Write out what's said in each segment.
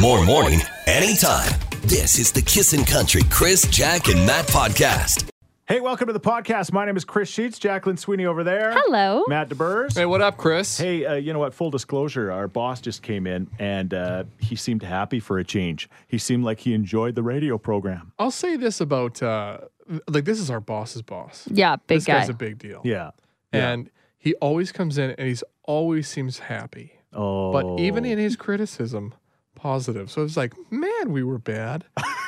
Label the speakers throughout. Speaker 1: More morning, anytime. This is the Kissin' Country Chris, Jack, and Matt podcast.
Speaker 2: Hey, welcome to the podcast. My name is Chris Sheets. Jacqueline Sweeney over there.
Speaker 3: Hello.
Speaker 2: Matt DeBurs.
Speaker 4: Hey, what up, Chris?
Speaker 2: Hey, uh, you know what? Full disclosure, our boss just came in and uh, he seemed happy for a change. He seemed like he enjoyed the radio program.
Speaker 4: I'll say this about uh like this is our boss's boss.
Speaker 3: Yeah, big
Speaker 4: this
Speaker 3: guy.
Speaker 4: guy's a big deal.
Speaker 2: Yeah.
Speaker 4: And he always comes in and he's always seems happy.
Speaker 2: Oh.
Speaker 4: But even in his criticism, positive. So it's like, man, we were bad.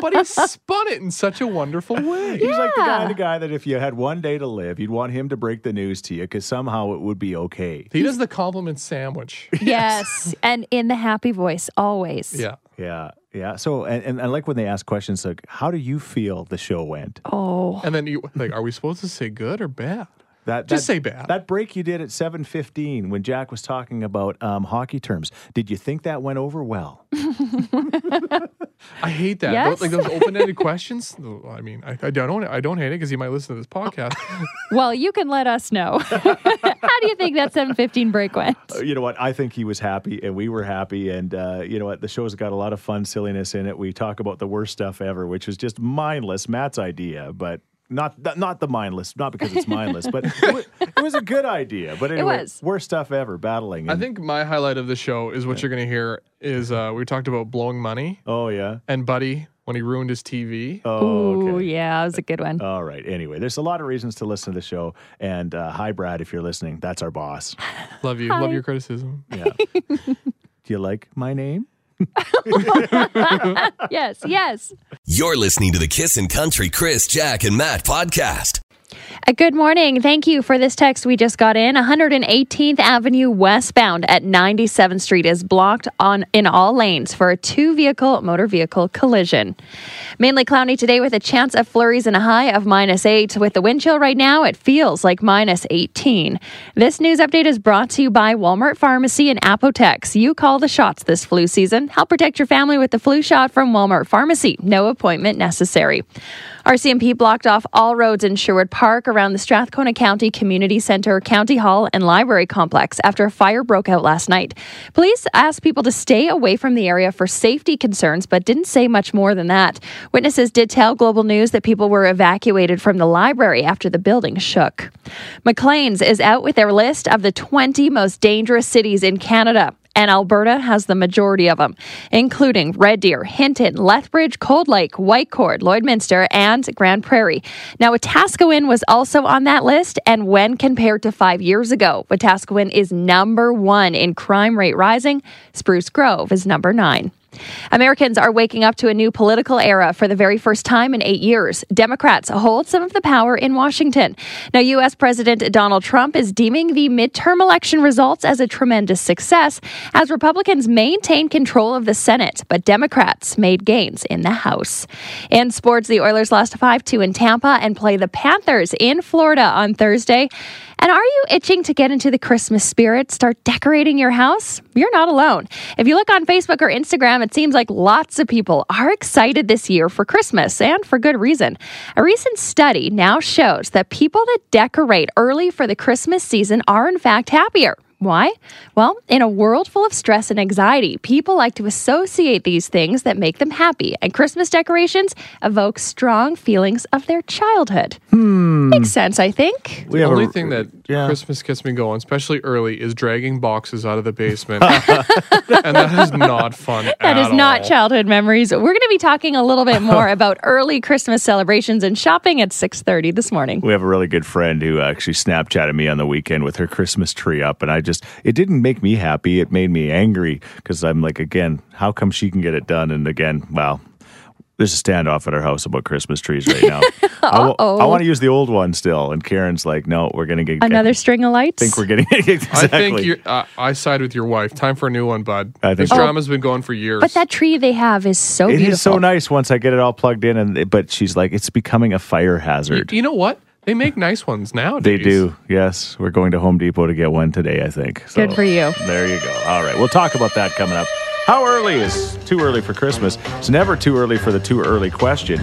Speaker 4: but he spun it in such a wonderful way.
Speaker 2: He's like the guy,
Speaker 3: Yeah.
Speaker 2: the guy that if you had one day to live, you'd want him to break the news to you because somehow it would be okay.
Speaker 4: He does the compliment sandwich.
Speaker 3: yes. and in the happy voice, always.
Speaker 4: Yeah.
Speaker 2: Yeah, yeah. So, and, and I like when they ask questions like, "How do you feel the show went?"
Speaker 3: Oh,
Speaker 4: And then you like, are we supposed to say good or bad?
Speaker 2: That
Speaker 4: Just
Speaker 2: that-
Speaker 4: say bad.
Speaker 2: That break you did at seven fifteen when Jack was talking about um, hockey terms. Did you think that went over well?
Speaker 4: I hate that.
Speaker 3: Yes?
Speaker 4: Those- like those open-ended questions. I mean, I, I don't. I don't hate it because he might listen to this podcast.
Speaker 3: well, you can let us know. How do you think that 715 break went?
Speaker 2: Uh, you know what? I think he was happy, and we were happy, and uh, you know what? The show's got a lot of fun silliness in it. We talk about the worst stuff ever, which was just mindless. Matt's idea, but. Not, not not the mindless, not because it's mindless, but it was, it was a good idea. But anyway,
Speaker 3: was.
Speaker 2: worst stuff ever, battling.
Speaker 4: I
Speaker 2: and-
Speaker 4: think my highlight of the show is what you're going to hear is uh, we talked about blowing money
Speaker 2: oh yeah,
Speaker 4: and Buddy when he ruined his TV.
Speaker 2: oh
Speaker 3: Ooh,
Speaker 2: okay.
Speaker 3: yeah, that was a good
Speaker 4: Uh,
Speaker 3: one.
Speaker 2: All right. Anyway, there's a lot of reasons to listen to the show. And uh, hi, Brad, if you're listening, that's our boss.
Speaker 4: love you. Love your criticism.
Speaker 2: Yeah. Do you like my name?
Speaker 3: yes, yes.
Speaker 1: You're listening to the Kissin' Country Chris, Jack, and Matt podcast.
Speaker 3: Uh, Good morning. Thank you for this text we just got in. 118th Avenue westbound at 97th Street is blocked on in all lanes for a two-vehicle motor vehicle collision. Mainly cloudy today with a chance of flurries and a high of minus 8. With the wind chill right now, it feels like minus 18. This news update is brought to you by Walmart Pharmacy and Apotex. You call the shots this flu season. Help protect your family with the flu shot from Walmart Pharmacy. No appointment necessary. RCMP blocked off all roads in Sherwood Park around the Strathcona County Community Center, County Hall, and Library Complex after a fire broke out last night. Police asked people to stay away from the area for safety concerns, but didn't say much more than that. Witnesses did tell Global News that people were evacuated from the library after the building shook. McLean's is out with their list of the 20 most dangerous cities in Canada and Alberta has the majority of them, including Red Deer, Hinton, Lethbridge, Cold Lake, Whitecourt, Lloydminster, and Grand Prairie. Now, Wetaskiwin was also on that list, and when compared to five years ago, Wetaskiwin is number one in crime rate rising. Spruce Grove is number nine. Americans are waking up to a new political era for the very first time in eight years. Democrats hold some of the power in Washington. Now, U.S. President Donald Trump is deeming the midterm election results as a tremendous success as Republicans maintain control of the Senate, but Democrats made gains in the House. In sports, the Oilers lost 5 2 in Tampa and play the Panthers in Florida on Thursday. And are you itching to get into the Christmas spirit? Start decorating your house? You're not alone. If you look on Facebook or Instagram, it seems like lots of people are excited this year for Christmas and for good reason. A recent study now shows that people that decorate early for the Christmas season are, in fact, happier. Why? Well, in a world full of stress and anxiety, people like to associate these things that make them happy, and Christmas decorations evoke strong feelings of their childhood. Makes sense, I think.
Speaker 2: We
Speaker 4: the only thing that
Speaker 2: yeah.
Speaker 4: Christmas gets me going, especially early, is dragging boxes out of the basement, and that is not fun.
Speaker 3: That is not
Speaker 4: challenging.
Speaker 3: childhood memories. We're going to be talking a little bit more about early Christmas celebrations and shopping at 6:30 this morning.
Speaker 2: We have a really good friend who actually Snapchatted me on the weekend with her Christmas tree up, and I just it didn't make me happy. It made me angry because I'm like, again, how come she can get it done? And again, wow, there's a standoff at our house about Christmas trees right now. I
Speaker 3: Uh-oh.
Speaker 2: want to use the old one still, and Karen's like, no, we're gonna get
Speaker 3: Another
Speaker 2: I
Speaker 3: string of lights.
Speaker 2: think we're getting exactly.
Speaker 4: I think you're, uh, I side with your wife. Time for a new one, bud.
Speaker 2: I think
Speaker 4: this
Speaker 2: so.
Speaker 4: drama's been going for years.
Speaker 3: but that tree they have is so
Speaker 2: It is
Speaker 3: beautiful.
Speaker 2: so nice once I get it all plugged in, and but she's like, it's becoming a fire hazard.
Speaker 4: you know what? They make nice ones nowadays.
Speaker 2: They do. Yes, we're going to Home Depot to get one today. I think. So,
Speaker 3: Good for you.
Speaker 2: There you go. All right, we'll talk about that coming up. How early is too early for Christmas? It's never too early for the too early question.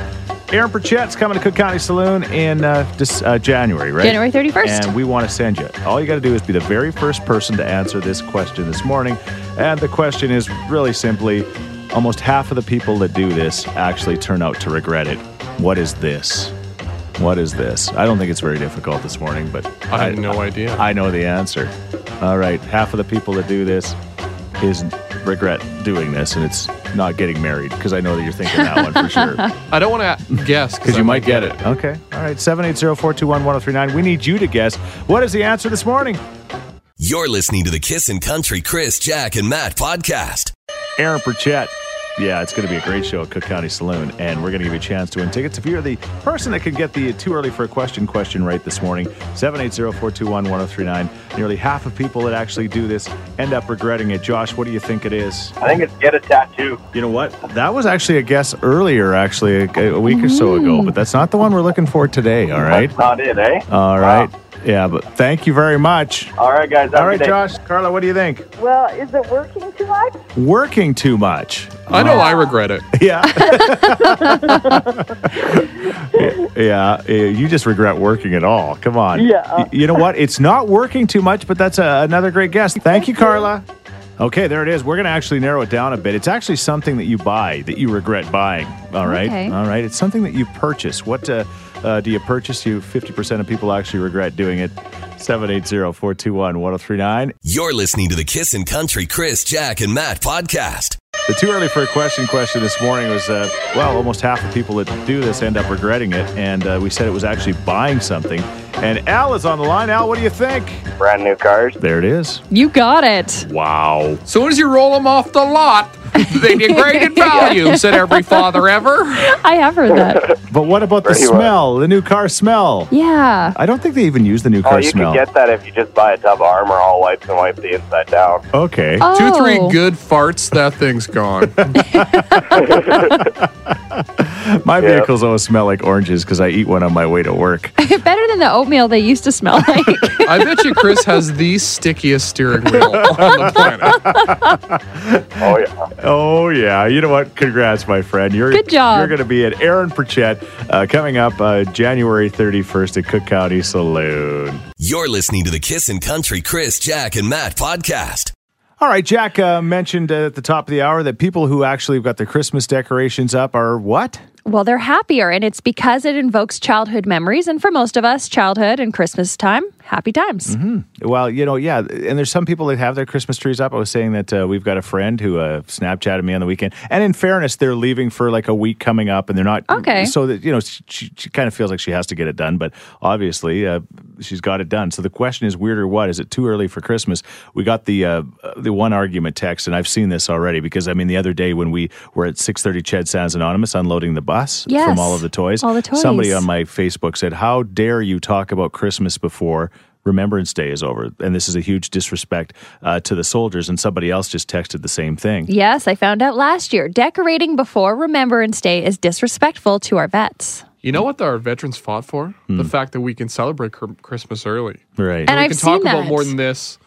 Speaker 2: Aaron Perchette's coming to Cook County Saloon in uh, dis- uh, January, right?
Speaker 3: January 31st.
Speaker 2: And we want to send you. All you got to do is be the very first person to answer this question this morning. And the question is really simply almost half of the people that do this actually turn out to regret it. What is this? What is this? I don't think it's very difficult this morning, but
Speaker 4: I had no idea.
Speaker 2: I know the answer. All right, half of the people that do this is regret doing this, and it's not getting married because I know that you're thinking that one for sure.
Speaker 4: I don't want to guess
Speaker 2: Because
Speaker 4: I
Speaker 2: you might get it. Okay. All right. 780 421 1039. We need you to guess. What is the answer this morning?
Speaker 1: You're listening to the Kissin' Country Chris, Jack, and Matt podcast.
Speaker 2: Aaron Burchett. Yeah, it's going to be a great show at Cook County Saloon, and we're going to give you a chance to win tickets. If you're the person that can get the too early for a question question right this morning, 780 421 1039. Nearly half of people that actually do this end up regretting it. Josh, what do you think it is?
Speaker 5: I think it's get a tattoo.
Speaker 2: You know what? That was actually a guess earlier, actually, a, a week or so ago, but that's not the one we're looking for today, all right?
Speaker 5: That's not it, eh?
Speaker 2: All right. Yeah, but thank you very much.
Speaker 5: All right, guys. have a
Speaker 2: All right,
Speaker 5: good day.
Speaker 2: Josh. Carla, what do you think?
Speaker 6: Well, is it working too much?
Speaker 2: Working too much. Oh,
Speaker 4: I know I regret it.
Speaker 2: Yeah. yeah. yeah, You just regret working at all. Come on.
Speaker 6: Yeah.
Speaker 2: Y- You know what? It's not working too much, but that's a, another great guess. Thank you, Carla. Okay, there it is. We're going to actually narrow it down a bit. It's actually something that you buy that you regret buying. All right.
Speaker 3: Okay.
Speaker 2: All right. It's something that you purchase. What uh, uh, do you purchase? You 50% of people actually regret doing it. 780 421 1039.
Speaker 1: You're listening to the Kissin' Country Chris, Jack, and Matt podcast.
Speaker 2: The too early for a question question this morning was uh, well, almost half the people that do this end up regretting it, and uh, we said it was actually buying something. And Al is on the line. Al, what do you think?
Speaker 5: Brand new cars.
Speaker 2: There it is.
Speaker 3: You got it.
Speaker 2: Wow.
Speaker 4: Soon as you roll them off the lot, they degrade in value, said every father ever.
Speaker 3: I have heard that.
Speaker 2: But what about the
Speaker 5: There you are.
Speaker 2: smell? The new car smell?
Speaker 3: Yeah.
Speaker 2: I don't think they even use the new
Speaker 5: Oh,
Speaker 2: car
Speaker 5: you
Speaker 2: smell.
Speaker 5: can get that if you just buy a tub of Armor All wipes and wipe the inside down.
Speaker 2: okay.
Speaker 3: Oh.
Speaker 4: Two, three good farts, that thing's gone.
Speaker 2: My vehicles always smell like oranges because I eat one on my way to work.
Speaker 3: Better than the oatmeal they used to smell like.
Speaker 4: I bet you Chris has the stickiest steering wheel on the planet.
Speaker 5: Oh, yeah.
Speaker 2: Oh yeah, you know what? Congrats, my friend. You're
Speaker 3: Good job.
Speaker 2: You're going to be at Aaron Perchette uh, coming up uh, January 31st at Cook County Saloon.
Speaker 1: You're listening to the Kissin' Country Chris, Jack, and Matt podcast.
Speaker 2: All right, Jack uh, mentioned uh, at the top of the hour that people who actually have got their Christmas decorations up are what?
Speaker 3: Well, they're happier, and it's because it invokes childhood memories. And for most of us, childhood and Christmas time, happy times.
Speaker 4: Mm-hmm.
Speaker 2: Well, you know, yeah, and there's some people that have their Christmas trees up. I was saying that uh, we've got a friend who uh, Snapchatted me on the weekend, and in fairness, they're leaving for like a week coming up, and they're not
Speaker 3: Okay.
Speaker 2: So that you know, she, she, she kind of feels like she has to get it done, but obviously, uh, she's got it done. So the question is, weird or what? Is it too early for Christmas? We got the uh, the one argument text, and I've seen this already because I mean, the other day when we were at 6:30 Chad Sands Anonymous unloading the bus
Speaker 3: Yes.
Speaker 2: from all of the toys,
Speaker 3: All the
Speaker 2: somebody
Speaker 3: toys.
Speaker 2: on my Facebook said, How dare you talk about Christmas before Remembrance Day is over? And this is a huge disrespect uh, to the soldiers. And somebody else just texted the same thing.
Speaker 3: Yes, I found out last year decorating before Remembrance Day is disrespectful to our vets.
Speaker 4: You know what our veterans fought for? The
Speaker 2: Hmm.
Speaker 4: fact that we can celebrate cr- Christmas early.
Speaker 2: Right.
Speaker 3: And
Speaker 4: we
Speaker 3: I've
Speaker 4: can talk
Speaker 3: seen
Speaker 4: about
Speaker 3: that.
Speaker 4: more than this,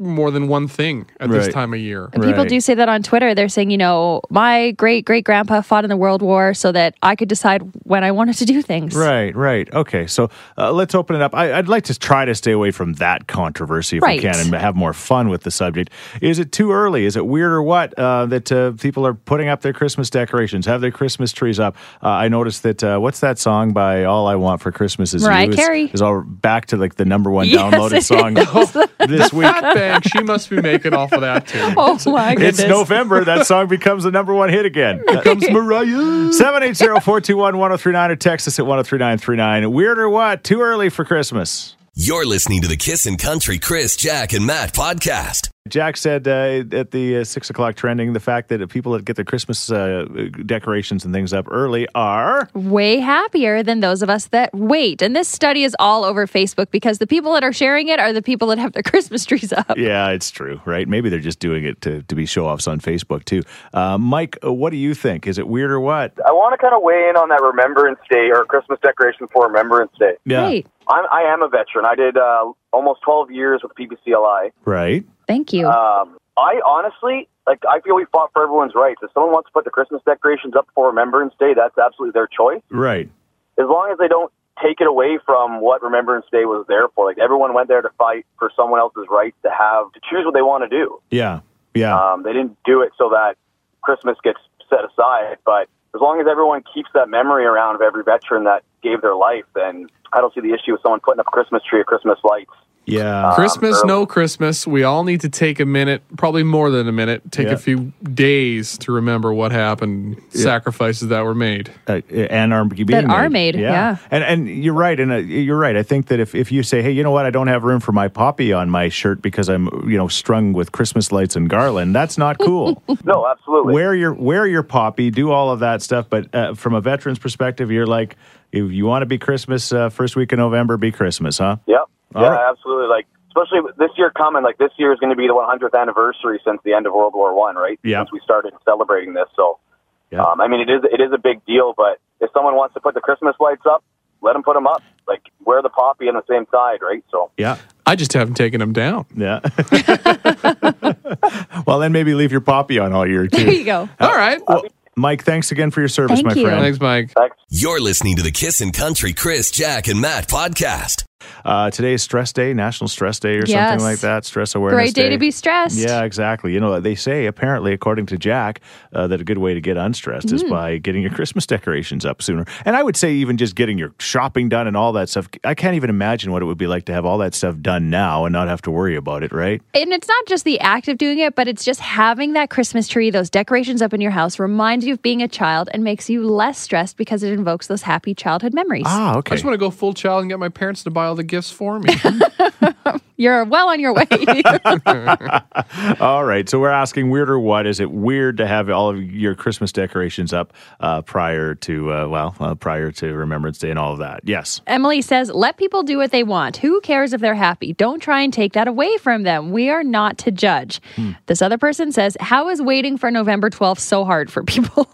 Speaker 4: more than one thing at this
Speaker 2: Right.
Speaker 4: time of year.
Speaker 3: And people
Speaker 2: Right.
Speaker 3: do say that on Twitter. They're saying, you know, my great great grandpa fought in the World War so that I could decide when I wanted to do things.
Speaker 2: Right, right. Okay, so uh, let's open it up. I, I'd like to try to stay away from that controversy if
Speaker 3: Right.
Speaker 2: we can and have more fun with the subject. Is it too early? Is it weird or what uh, that uh, people are putting up their Christmas decorations, have their Christmas trees up? Uh, I noticed that uh, what's that song by All I Want for Christmas is
Speaker 3: Mariah
Speaker 2: You is,
Speaker 3: Carey.
Speaker 2: is all back to like the number one
Speaker 3: Yes,
Speaker 2: downloaded
Speaker 3: it
Speaker 2: song this week.
Speaker 4: Fat bang, she must be making off of that too.
Speaker 3: Oh my goodness.
Speaker 2: It's November. That song becomes the number one hit again. Here comes Mariah. 780-421-1039 or text us at 103939. Weird or what? Too early for Christmas.
Speaker 1: You're listening to the Kissin' Country Chris, Jack, and Matt podcast.
Speaker 2: Jack said uh, at the uh, six o'clock trending the fact that people that get their Christmas uh, decorations and things up early are
Speaker 3: way happier than those of us that wait. And this study is all over Facebook because the people that are sharing it are the people that have their Christmas trees up.
Speaker 2: yeah, it's true, right? Maybe they're just doing it to, to be show offs on Facebook too. Uh, Mike, uh, what do you think? Is it weird or what?
Speaker 5: I want to kind of weigh in on that Remembrance Day or Christmas decoration for Remembrance Day.
Speaker 2: Yeah,
Speaker 3: Great.
Speaker 5: I'm, I am a veteran. I did uh, almost 12 years with PBCLI.
Speaker 2: right.
Speaker 5: Uh,
Speaker 3: Thank you.
Speaker 5: Um, I honestly, Like, I feel we fought for everyone's rights. If someone wants to put the Christmas decorations up for Remembrance Day, that's absolutely their choice.
Speaker 2: Right.
Speaker 5: As long as they don't take it away from what Remembrance Day was there for. Like, everyone went there to fight for someone else's right to have, to choose what they want to do.
Speaker 2: Yeah. Yeah.
Speaker 5: Um, they didn't do it so that Christmas gets set aside. But as long as everyone keeps that memory around of every veteran that gave their life, then I don't see the issue with someone putting up a Christmas tree or Christmas lights.
Speaker 2: yeah.
Speaker 4: Christmas,
Speaker 5: early.
Speaker 4: no Christmas. We all need to take a minute, probably more than a minute, take
Speaker 2: Yeah.
Speaker 4: a few days to remember what happened, sacrifices that were made.
Speaker 2: uh, and are being
Speaker 3: That are made, yeah.
Speaker 2: and and you're right, and uh, you're right. I think that if, if you say, hey, you know what, I don't have room for my poppy on my shirt because I'm you know strung with Christmas lights and garland, that's not cool.
Speaker 5: No, absolutely.
Speaker 2: wear your wear your poppy, do all of that stuff. But uh, from a veteran's perspective, you're like, if you want to be Christmas uh, first week of November, be Christmas, huh?
Speaker 5: Yep.
Speaker 2: All
Speaker 5: yeah,
Speaker 2: right.
Speaker 5: absolutely. Like, especially with this year coming, like this year is going to be the 100th anniversary since the end of World War One, right?
Speaker 2: Yeah.
Speaker 5: Since we started celebrating this. So,
Speaker 2: Yeah.
Speaker 5: um, I mean, it is it is a big deal. But if someone wants to put the Christmas lights up, let them put them up. Like, wear the poppy on the same side, right? So,
Speaker 2: Yeah.
Speaker 4: I just haven't taken them down.
Speaker 2: Yeah. well, then maybe leave your poppy on all year
Speaker 3: There
Speaker 2: too.
Speaker 3: you go.
Speaker 4: All right.
Speaker 2: Uh, Well, uh, Mike, thanks again for your service,
Speaker 3: Thank
Speaker 2: my
Speaker 3: you.
Speaker 2: friend.
Speaker 4: Thanks, Mike.
Speaker 5: thanks.
Speaker 1: You're listening to the Kissin' Country Chris, Jack, and Matt podcast.
Speaker 2: Uh, today is Stress Day, National Stress Day, or
Speaker 3: Yes.
Speaker 2: something like that. Stress Awareness
Speaker 3: Great day to be stressed.
Speaker 2: Yeah, exactly. You know, they say apparently, according to Jack, uh, that a good way to get unstressed is
Speaker 3: Hmm.
Speaker 2: by getting your Christmas decorations up sooner. And I would say even just getting your shopping done and all that stuff. I can't even imagine what it would be like to have all that stuff done now and not have to worry about it, right?
Speaker 3: And it's not just the act of doing it, but it's just having that Christmas tree, those decorations up in your house reminds you of being a child and makes you less stressed because it invokes those happy childhood memories.
Speaker 2: Ah,
Speaker 4: I
Speaker 2: okay.
Speaker 4: just want to go full child and get my parents to buy all the gifts for me.
Speaker 3: You're well on your way.
Speaker 2: All right. So we're asking weird or what? Is it weird to have all of your Christmas decorations up uh, prior to, uh, well, uh, prior to Remembrance Day and all of that? Yes.
Speaker 3: Emily says, let people do what they want. Who cares if they're happy? Don't try and take that away from them. We are not to judge.
Speaker 4: Hmm.
Speaker 3: This other person says, how is waiting for November 12th so hard for people?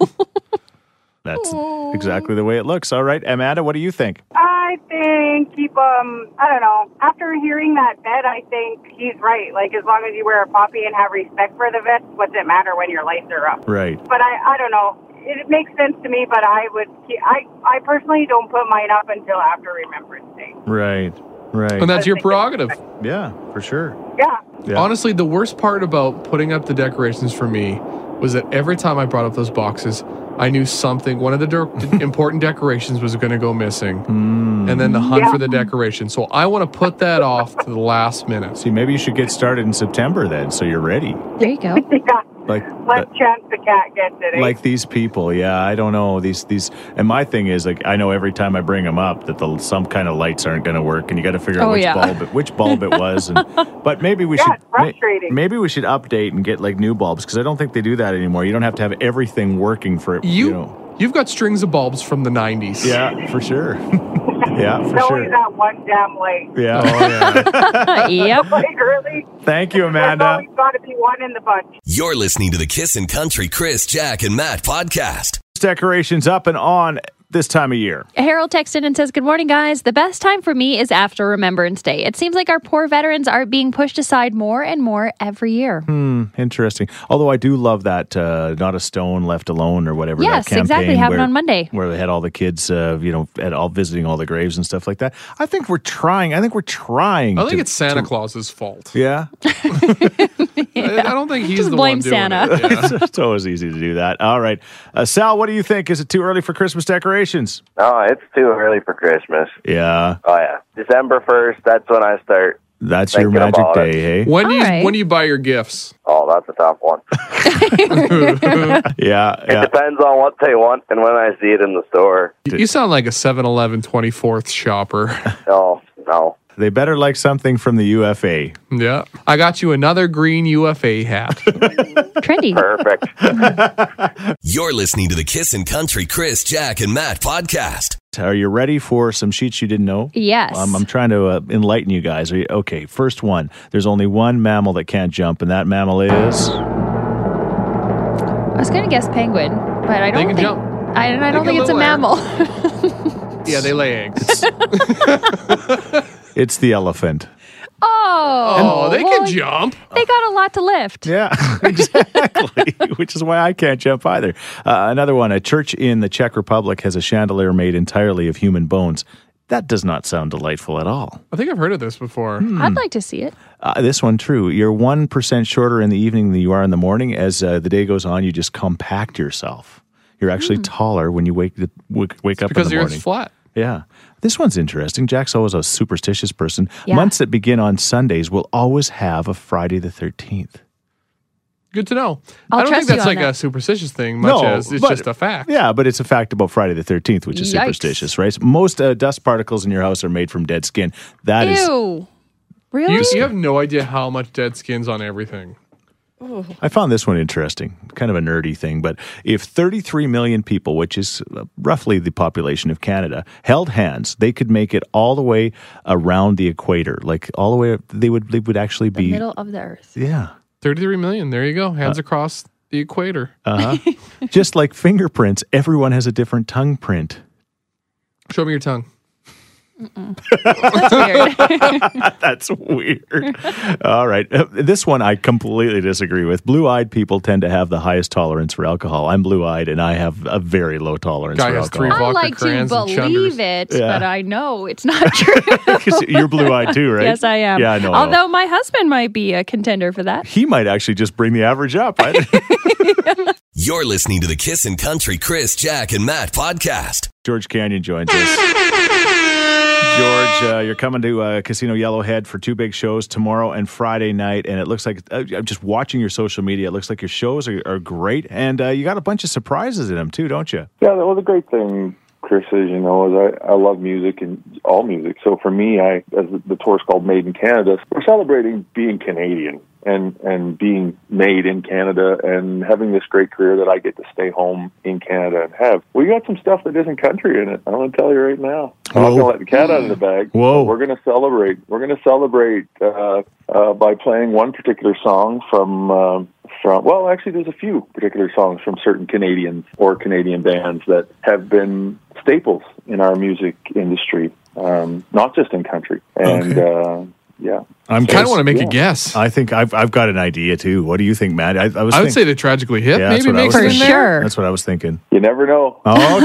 Speaker 2: That's exactly the way it looks. All right. Amanda, what do you think?
Speaker 6: I think keep um I don't know. After hearing that vet, I think he's right. Like as long as you wear a poppy and have respect for the vets, what's it matter when your lights are up?
Speaker 2: Right.
Speaker 6: But I I don't know. It, it makes sense to me, but I would ke- I I personally don't put mine up until after Remembrance Day.
Speaker 2: Right. Right.
Speaker 4: and that's your prerogative.
Speaker 2: Oh, yeah, for sure.
Speaker 6: Yeah.
Speaker 2: Yeah.
Speaker 4: Honestly, the worst part about putting up the decorations for me was that every time I brought up those boxes, I knew something. One of the de- important decorations was going to go missing,
Speaker 2: Hmm.
Speaker 4: and then the hunt for the decoration. So I want to put that off to the last minute.
Speaker 2: See, maybe you should get started in September then, so you're ready.
Speaker 3: there you go.
Speaker 6: Yeah.
Speaker 2: Like, uh,
Speaker 6: Let's chance the cat gets it. eh?
Speaker 2: like these people. Yeah, I don't know these these. And my thing is, like, I know every time I bring them up that the some kind of lights aren't going to work, and you got to figure out
Speaker 3: Oh,
Speaker 2: which
Speaker 3: yeah.
Speaker 2: bulb it, which bulb it was. And, but maybe we
Speaker 6: Yeah,
Speaker 2: should
Speaker 6: it's frustrating.
Speaker 2: may- maybe we should update and get like new bulbs because I don't think they do that anymore. You don't have to have everything working for it. You,
Speaker 4: You,
Speaker 2: know.
Speaker 4: you've got strings of bulbs from the '90s.
Speaker 2: Yeah, for sure. yeah, for
Speaker 6: There's always
Speaker 2: sure.
Speaker 6: that one damn light.
Speaker 2: Yeah.
Speaker 4: Oh,
Speaker 7: Oh.
Speaker 3: yep.
Speaker 6: Like really,
Speaker 2: Thank you,
Speaker 6: there's
Speaker 2: Amanda.
Speaker 6: always got to be one in the bunch.
Speaker 1: You're listening to the Kissin' Country Chris, Jack, and Matt podcast.
Speaker 2: Decorations up and on this time of year.
Speaker 3: Harold texted and says, Good morning, guys. The best time for me is after Remembrance Day. It seems like our poor veterans are being pushed aside more and more every year.
Speaker 4: Hmm.
Speaker 2: Interesting. Although I do love that uh, "Not a Stone Left Alone" or whatever.
Speaker 3: Yes,
Speaker 2: that campaign
Speaker 3: exactly. Happened
Speaker 2: where-
Speaker 3: on Monday.
Speaker 2: where they had all the kids, uh, you know, at all visiting all the graves and stuff like that. I think we're trying. I think we're trying.
Speaker 4: I think
Speaker 2: to-
Speaker 4: it's Santa Claus's fault.
Speaker 2: yeah.
Speaker 4: I, I don't think he's
Speaker 3: Just
Speaker 4: the
Speaker 3: blame
Speaker 4: one doing
Speaker 3: Santa.
Speaker 4: it. Yeah.
Speaker 2: it's always easy to do that. All right, uh, Sal, what do you think? Is it too early for Christmas decorations?
Speaker 7: No, it's too early for Christmas.
Speaker 2: Yeah,
Speaker 7: Oh yeah, December first. That's when I start.
Speaker 2: that's your
Speaker 7: Thinking
Speaker 2: magic
Speaker 7: about it.
Speaker 2: day, hey?
Speaker 4: When do you
Speaker 3: All right.
Speaker 4: when do you buy your gifts?
Speaker 7: Oh, that's a tough one.
Speaker 2: Yeah,
Speaker 7: It
Speaker 2: yeah.
Speaker 7: depends on what they want and when I see it in the store.
Speaker 4: You sound like a 7-Eleven 24th shopper.
Speaker 7: Oh no,
Speaker 2: They better like something from the UFA.
Speaker 4: yeah, I got you another green UFA hat.
Speaker 3: Trendy.
Speaker 7: perfect.
Speaker 1: You're listening to the Kissin' Country Chris, Jack, and Matt podcast.
Speaker 2: Are you ready for some sheets you didn't know?
Speaker 3: Yes.
Speaker 2: Um, I'm trying to uh, enlighten you guys. Are you, okay, first one. There's only one mammal that can't jump, and that mammal is.
Speaker 3: I was going to guess penguin, but I
Speaker 4: They
Speaker 3: don't
Speaker 4: can
Speaker 3: think.
Speaker 4: jump.
Speaker 3: I, and I don't
Speaker 4: They
Speaker 3: think
Speaker 4: can
Speaker 3: it's a
Speaker 4: little air.
Speaker 3: mammal.
Speaker 4: yeah, they lay eggs.
Speaker 2: It's the elephant.
Speaker 3: Oh,
Speaker 4: Oh, they
Speaker 3: well,
Speaker 4: can jump.
Speaker 3: They got a lot to lift.
Speaker 2: Yeah, exactly. Which is why I can't jump either. Uh, another one: a church in the Czech Republic has a chandelier made entirely of human bones. That does not sound delightful at all.
Speaker 4: I think I've heard of this before.
Speaker 2: Hmm.
Speaker 3: I'd like to see it.
Speaker 2: Uh, this one, true. You're one percent shorter in the evening than you are in the morning. As uh, the day goes on, you just compact yourself. You're actually taller when you wake wake, wake up
Speaker 4: Hmm. Because the
Speaker 2: in the
Speaker 4: earth's
Speaker 2: morning.
Speaker 4: flat.
Speaker 2: Yeah. This one's interesting. Jack's always a superstitious person.
Speaker 3: Yeah.
Speaker 2: Months that begin on Sundays will always have a Friday the 13th.
Speaker 4: Good to know.
Speaker 3: I'll
Speaker 4: I do not
Speaker 3: trust
Speaker 4: think
Speaker 3: you
Speaker 4: that's
Speaker 3: on
Speaker 4: like
Speaker 3: that.
Speaker 4: a superstitious thing, much as it's
Speaker 2: but-
Speaker 4: just a fact.
Speaker 2: Yeah, but it's a fact about Friday the 13th, which is
Speaker 3: Yikes.
Speaker 2: superstitious, right? Most uh, dust particles in your house are made from dead skin. That is,
Speaker 3: Ew. Really?
Speaker 4: You, you have no idea how much dead skin's on everything.
Speaker 2: I found this one interesting, kind of a nerdy thing, but if 33 million people, which is uh, roughly the population of Canada, held hands, they could make it all the way around the equator, like all the way they would they would actually
Speaker 3: the
Speaker 2: be
Speaker 3: middle of the earth.
Speaker 2: yeah.
Speaker 4: 33 million. There you go.
Speaker 2: Uh,
Speaker 4: Hands across the equator.
Speaker 2: Just like fingerprints, everyone has a different tongue print.
Speaker 4: Show me your tongue.
Speaker 3: That's weird.
Speaker 2: That's weird. All right. Uh, This one I completely disagree with. Blue eyed people tend to have the highest tolerance for alcohol. I'm blue eyed and I have a very low tolerance
Speaker 4: Guy
Speaker 2: for
Speaker 4: has three
Speaker 2: alcohol.
Speaker 3: I
Speaker 4: Walker
Speaker 3: like to
Speaker 4: Krans and
Speaker 3: believe it,
Speaker 2: Yeah.
Speaker 3: but I know it's not true.
Speaker 2: 'Cause You're blue eyed too, right?
Speaker 3: Yes, I am.
Speaker 2: Yeah, I know.
Speaker 3: Although my husband might be a contender for that.
Speaker 2: he might actually just bring the average up. I-
Speaker 1: You're listening to the Kissin' Country Chris, Jack, and Matt podcast.
Speaker 2: George Canyon joins us. George, uh, you're coming to uh, Casino Yellowhead for two big shows tomorrow and Friday night, and it looks like uh, I'm just watching your social media. It looks like your shows are, are great, and uh, you got a bunch of surprises in them too, don't you?
Speaker 8: Yeah, well, the great thing, Chris, as you know, is I, I love music and all music. So for me, I as the, the tour's called Made in Canada, we're celebrating being Canadian and and being made in Canada and having this great career that I get to stay home in Canada and have. We got some stuff that isn't country in it. I'm going to tell you right now. I'm not going
Speaker 2: Whoa.
Speaker 8: to let the cat out of the bag.
Speaker 2: Whoa.
Speaker 8: We're going to celebrate. We're going to celebrate uh, uh, by playing one particular song from uh, from. Well, actually, there's a few particular songs from certain Canadians or Canadian bands that have been staples in our music industry, um, not just in country. And uh, yeah,
Speaker 2: I'm
Speaker 4: Kind of want to make a guess.
Speaker 2: I think I've, I've got an idea too. What do you think, Matt? I, I was.
Speaker 4: I would
Speaker 2: think-
Speaker 4: say the tragically hip
Speaker 2: Yeah, that's
Speaker 4: maybe
Speaker 2: what I
Speaker 4: makes
Speaker 2: was
Speaker 4: it in
Speaker 3: thinking.
Speaker 4: there.
Speaker 3: For sure.
Speaker 2: That's what I was thinking.
Speaker 8: you never know.
Speaker 2: Oh,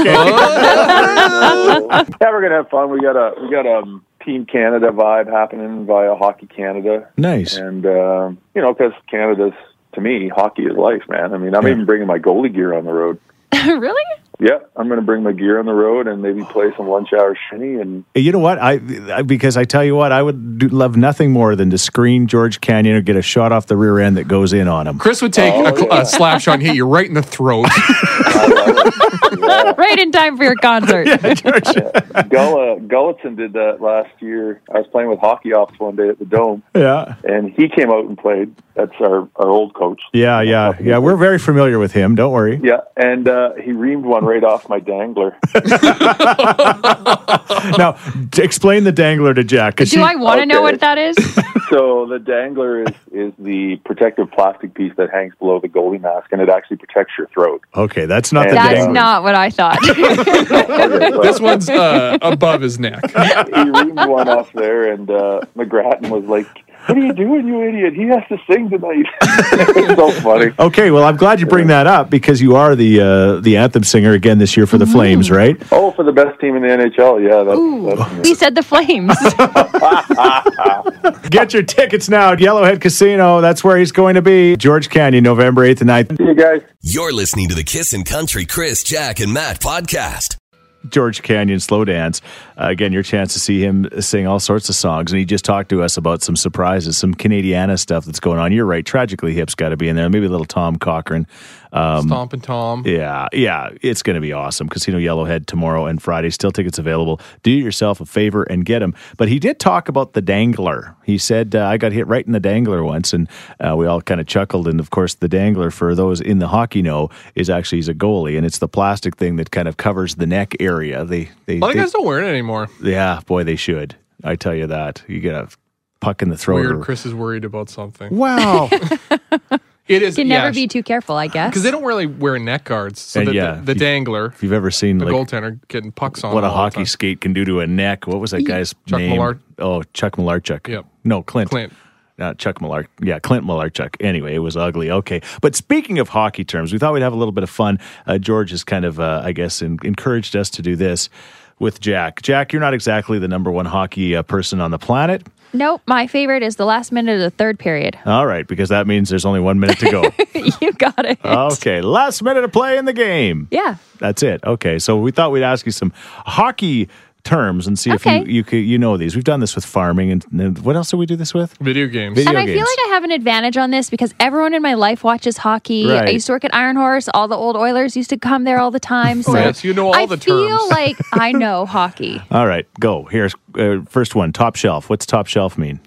Speaker 2: okay.
Speaker 8: yeah, we're gonna have fun. We got a we got a um, Team Canada vibe happening via Hockey Canada.
Speaker 2: nice.
Speaker 8: And uh, you know, because Canada's to me, hockey is life, man. I mean, I'm
Speaker 2: Yeah.
Speaker 8: even bringing my goalie gear on the road.
Speaker 3: really?
Speaker 8: Yeah, I'm going to bring my gear on the road and maybe play some lunch hour shinny. And
Speaker 2: You know what? I, I because I tell you what, I would do, love nothing more than to screen George Canyon or get a shot off the rear end that goes in on him.
Speaker 4: Chris would take
Speaker 3: Oh,
Speaker 4: a, cl- a slap shot and hit you right in the throat.
Speaker 3: right in time for your concert.
Speaker 8: Gulla Gullitson did that last year. I was playing with hockey ops one day at the Dome,
Speaker 2: Yeah.
Speaker 8: and he came out and played. That's our our old coach.
Speaker 2: Yeah, yeah, yeah. We're very familiar with him. Don't worry.
Speaker 8: Yeah, and uh, he reamed one right off my dangler.
Speaker 2: Now, t- explain the dangler to Jack. 'cause
Speaker 3: Do
Speaker 2: she-
Speaker 3: I want to know
Speaker 8: okay.
Speaker 3: what that is?
Speaker 8: So the dangler is, is the protective plastic piece that hangs below the goalie mask, and it actually protects your throat.
Speaker 2: Okay, that's not the
Speaker 8: That's
Speaker 3: That's
Speaker 2: dangler.
Speaker 3: not what I thought.
Speaker 8: Okay, but-
Speaker 4: this one's uh, above his neck.
Speaker 8: he reamed one off there, and uh, McGrattan was like, "What are you doing, you idiot? He has to sing tonight." it's so funny.
Speaker 2: Okay, well, I'm glad you bring that up because you are the uh, the anthem singer again this year for the
Speaker 3: Mm.
Speaker 2: Flames, right?
Speaker 8: Oh, for the best team in the NHL, yeah. That's, that's
Speaker 3: he said the flames.
Speaker 2: Get your tickets now at Yellowhead Casino. That's where he's going to be. George Canyon, November 8th and 9th.
Speaker 8: See you guys.
Speaker 1: You're listening to the Kissin' Country Chris, Jack, and Matt podcast.
Speaker 2: George Canyon Slow Dance. Uh, again, your chance to see him sing all sorts of songs. And he just talked to us about some surprises, some Canadiana stuff that's going on. You're right. Tragically Hip's got to be in there. Maybe a little Tom Cochran.
Speaker 4: Stomp and Tom.
Speaker 2: Um, Yeah, yeah, it's going to be awesome. Casino Yellowhead tomorrow and Friday. Still tickets available. Do yourself a favor and get them. But he did talk about the dangler. He said, uh, I got hit right in the dangler once, and uh, we all kind of chuckled. And of course, the dangler, for those in the hockey know, is actually he's a goalie, and it's the plastic thing that kind of covers the neck area. They, they,
Speaker 4: A lot of
Speaker 2: they-
Speaker 4: guys don't wear it anymore.
Speaker 2: yeah, boy, they should. I tell you that. You get a puck in the throat.
Speaker 4: Weird.
Speaker 2: or-
Speaker 4: Chris is worried about something.
Speaker 2: Wow.
Speaker 4: It is
Speaker 3: Can never
Speaker 4: yeah,
Speaker 3: be too careful, I guess.
Speaker 4: because they don't really wear neck guards. So
Speaker 2: And
Speaker 4: that
Speaker 2: yeah,
Speaker 4: the, the
Speaker 2: you-
Speaker 4: dangler,
Speaker 2: If you've ever seen
Speaker 4: the
Speaker 2: like
Speaker 4: goaltender, getting pucks on
Speaker 2: what a
Speaker 4: him all the
Speaker 2: hockey
Speaker 4: time.
Speaker 2: skate can do to a neck, what was that guy's
Speaker 4: Chuck
Speaker 2: name?
Speaker 4: Millard.
Speaker 2: Oh, Chuck Malarchuk.
Speaker 4: Yep.
Speaker 2: No, Clint.
Speaker 4: Clint.
Speaker 2: Not Chuck Millard. Yeah, Clint Malarchuk. Anyway, it was ugly. Okay. But speaking of hockey terms, we thought we'd have a little bit of fun. Uh, George has kind of, uh, I guess, en- encouraged us to do this with Jack. Jack, you're not exactly the number one hockey uh, person on the planet.
Speaker 3: nope, my favorite is the last minute of the third period.
Speaker 2: All right, because that means there's only one minute to go.
Speaker 3: you got it.
Speaker 2: okay. Last minute of play in the game.
Speaker 3: Yeah.
Speaker 2: That's it. Okay. So we thought we'd ask you some hockey terms and see if
Speaker 3: Okay.
Speaker 2: you you, could, you know these. We've done this with farming and, and what else did we do this with?
Speaker 4: Video games.
Speaker 2: Video-
Speaker 3: and I feel
Speaker 2: games.
Speaker 3: like I have an advantage on this because everyone in my life watches hockey.
Speaker 2: Right.
Speaker 3: I used to work at Iron Horse. All the old Oilers used to come there all the time. So
Speaker 4: yes, you know all
Speaker 3: I
Speaker 4: the
Speaker 3: feel
Speaker 4: terms.
Speaker 3: like I know hockey.
Speaker 2: All right, go. Here's uh, first one. Top shelf. What's top shelf mean?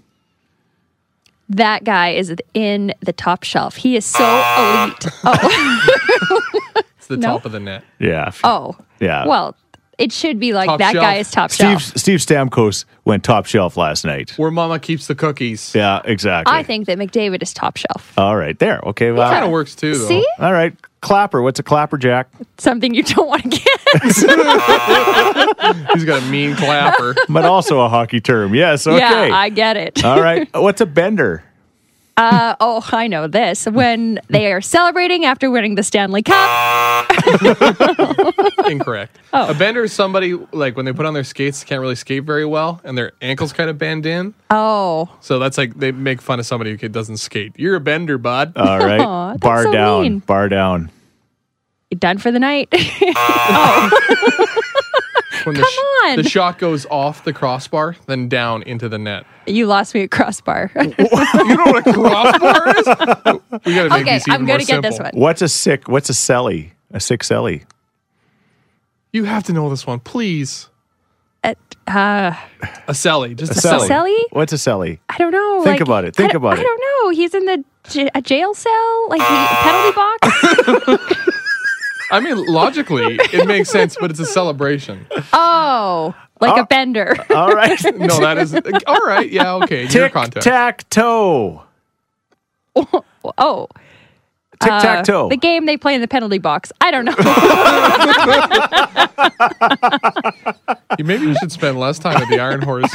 Speaker 3: That guy is in the top shelf. He is so
Speaker 4: Ah.
Speaker 3: elite. Oh,
Speaker 4: It's the
Speaker 3: No.
Speaker 4: top of the net.
Speaker 2: Yeah.
Speaker 3: oh.
Speaker 2: Yeah.
Speaker 3: Well, it should be like
Speaker 4: Top
Speaker 3: that
Speaker 4: shelf.
Speaker 3: guy is top
Speaker 2: Steve
Speaker 3: shelf.
Speaker 2: Steve Stamkos went top shelf last night.
Speaker 4: Where Mama keeps the cookies.
Speaker 2: Yeah, exactly.
Speaker 3: I think that McDavid is top shelf.
Speaker 2: All right, there. Okay. Well,
Speaker 4: Kind of works too, though.
Speaker 3: See?
Speaker 2: All right, clapper. What's a clapper, Jack?
Speaker 3: Something you don't want to get.
Speaker 4: He's got a mean clapper.
Speaker 2: But also a hockey term. Yes. Okay.
Speaker 3: Yeah, I get it.
Speaker 4: Uh.
Speaker 2: All right. What's a bender?
Speaker 3: oh, I know this. When they are celebrating after winning the Stanley
Speaker 4: Ah.
Speaker 3: Cup,
Speaker 4: Incorrect.
Speaker 3: Oh.
Speaker 4: A bender is somebody like when they put on their skates, can't really skate very well, and their ankles kind of bend in.
Speaker 3: oh,
Speaker 4: So that's like they make fun of somebody who doesn't skate. You're a bender, bud.
Speaker 2: All right.
Speaker 3: Aw, that's
Speaker 2: bar
Speaker 3: so
Speaker 2: down.
Speaker 3: mean.
Speaker 2: Bar down.
Speaker 3: you done for the night.
Speaker 4: when the, sh-
Speaker 3: on.
Speaker 4: the shot goes off the crossbar, then down into the net.
Speaker 3: you lost me at crossbar.
Speaker 4: You know what a crossbar is? We gotta make
Speaker 3: okay,
Speaker 4: these even
Speaker 3: I'm
Speaker 4: more
Speaker 3: going to get this
Speaker 4: simple.
Speaker 3: one.
Speaker 2: What's a sick? What's a celly? A sick celly.
Speaker 4: You have to know this one, please.
Speaker 3: At, uh,
Speaker 4: A celly, just a,
Speaker 3: celly.
Speaker 4: celly.
Speaker 3: Celly?
Speaker 2: What's a celly?
Speaker 3: I don't know.
Speaker 2: Think about it. Think
Speaker 3: I don't-
Speaker 2: about
Speaker 3: I
Speaker 2: it.
Speaker 3: don't know. He's in the j- a jail cell, like the penalty box.
Speaker 4: I mean, logically, it makes sense, but it's a celebration.
Speaker 3: Oh, like
Speaker 2: Ah.
Speaker 3: a bender.
Speaker 2: All right.
Speaker 4: No, that is all right. Yeah, okay. Your
Speaker 2: Tic
Speaker 4: context.
Speaker 2: tac toe.
Speaker 3: oh,
Speaker 2: Tic
Speaker 3: uh,
Speaker 2: tac toe.
Speaker 3: the game they play in the penalty box. I don't know.
Speaker 4: You- Maybe we should spend less time at the Iron Horse.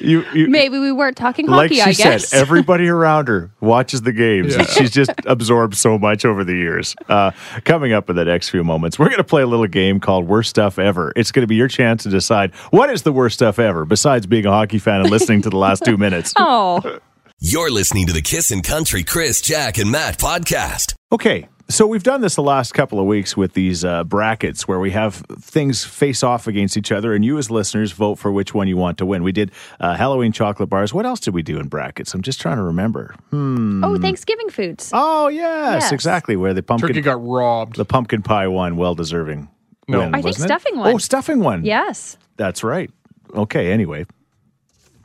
Speaker 2: You, you,
Speaker 3: Maybe we weren't talking
Speaker 2: like
Speaker 3: hockey.
Speaker 2: she
Speaker 3: I guess.
Speaker 2: said, everybody around her watches the games.
Speaker 4: Yeah.
Speaker 2: She's just absorbed so much over the years. Uh, coming up in the next few moments, we're going to play a little game called Worst Stuff Ever. It's going to be your chance to decide what is the worst stuff ever, besides being a hockey fan and listening to the last two minutes.
Speaker 3: oh.
Speaker 1: You're listening to the Kissin' Country Chris, Jack, and Matt podcast.
Speaker 2: Okay. So we've done this the last couple of weeks with these uh, brackets where we have things face off against each other, and you as listeners vote for which one you want to win. We did uh, Halloween chocolate bars. What else did we do in brackets? I'm just trying to remember. Mm.
Speaker 3: Oh, Thanksgiving foods.
Speaker 2: Oh yes,
Speaker 3: Yes.
Speaker 2: exactly. Where the pumpkin
Speaker 4: Turkey got robbed.
Speaker 2: the pumpkin pie one, well deserving.
Speaker 4: No.
Speaker 2: win,
Speaker 4: I
Speaker 3: think
Speaker 2: wasn't it?
Speaker 3: stuffing one.
Speaker 2: Oh, stuffing one.
Speaker 3: Yes.
Speaker 2: That's right. Okay, anyway.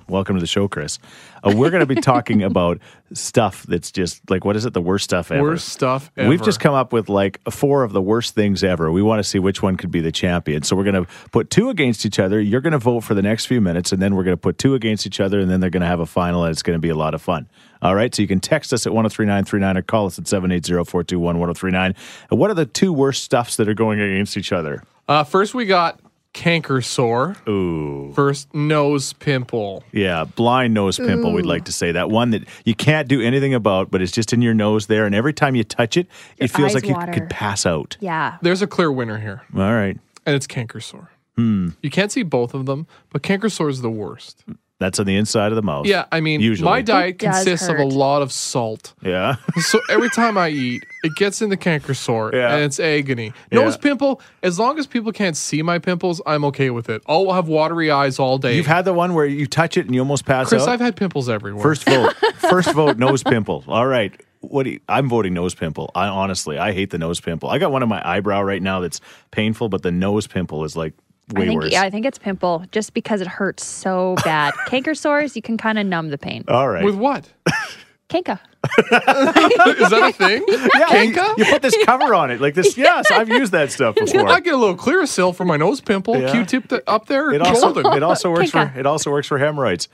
Speaker 2: Welcome to the show, Chris. Uh, we're going to be talking about stuff that's just like, what is it? The worst stuff ever.
Speaker 4: Worst stuff ever.
Speaker 2: We've just come up with like four of the worst things ever. We want to see which one could be the champion. So we're going to put two against each other. You're going to vote for the next few minutes, and then we're going to put two against each other, and then they're going to have a final, and it's going to be a lot of fun. All right. So you can text us at 103939 or call us at 780 421 1039. What are the two worst stuffs that are going against each other?
Speaker 4: Uh, first, we got canker sore.
Speaker 2: Ooh.
Speaker 4: First, nose pimple.
Speaker 2: Yeah, blind nose pimple, we'd like to say. That one that you can't do anything about, but it's just in your nose there. And every time you touch it, it feels
Speaker 3: eyes
Speaker 2: like you
Speaker 3: water.
Speaker 2: could pass out.
Speaker 3: Yeah.
Speaker 4: There's a clear winner here,
Speaker 2: All right.
Speaker 4: and it's canker sore.
Speaker 2: Hmm.
Speaker 4: You can't see both of them, but canker sore is the worst.
Speaker 2: That's on the inside of the mouth.
Speaker 4: Yeah, I mean,
Speaker 2: Usually.
Speaker 4: my diet
Speaker 3: It does
Speaker 4: consists of a
Speaker 3: hurt.
Speaker 4: lot of salt.
Speaker 2: Yeah.
Speaker 4: So every time I eat, it gets in the canker sore
Speaker 2: Yeah.
Speaker 4: and it's agony. Nose
Speaker 2: Yeah.
Speaker 4: pimple, as long as people can't see my pimples, I'm okay with it. I'll have watery eyes all day.
Speaker 2: You've had the one where you touch it and you almost pass
Speaker 4: Chris,
Speaker 2: out.
Speaker 4: I've had pimples everywhere.
Speaker 2: First vote. First vote. Nose pimple. All right. What do you, I'm voting nose pimple. I honestly, I hate the nose pimple. I got one on my eyebrow right now that's painful, but the nose pimple is like way
Speaker 3: I think
Speaker 2: worse.
Speaker 3: yeah, I think it's pimple just because it hurts so bad. Canker sores, you can kind of numb the pain.
Speaker 2: All right.
Speaker 4: with what?
Speaker 3: Canker.
Speaker 4: Is that a thing?
Speaker 2: yeah, you,
Speaker 4: Canker?
Speaker 2: you put this cover on it like this. Yes, I've used that stuff
Speaker 4: I
Speaker 2: before.
Speaker 4: get a little Clearasil for my nose pimple,
Speaker 2: Yeah.
Speaker 4: Q-tip th- up there,
Speaker 2: It
Speaker 4: golden.
Speaker 2: also it also works for
Speaker 3: Canker.
Speaker 2: it also works for hemorrhoids.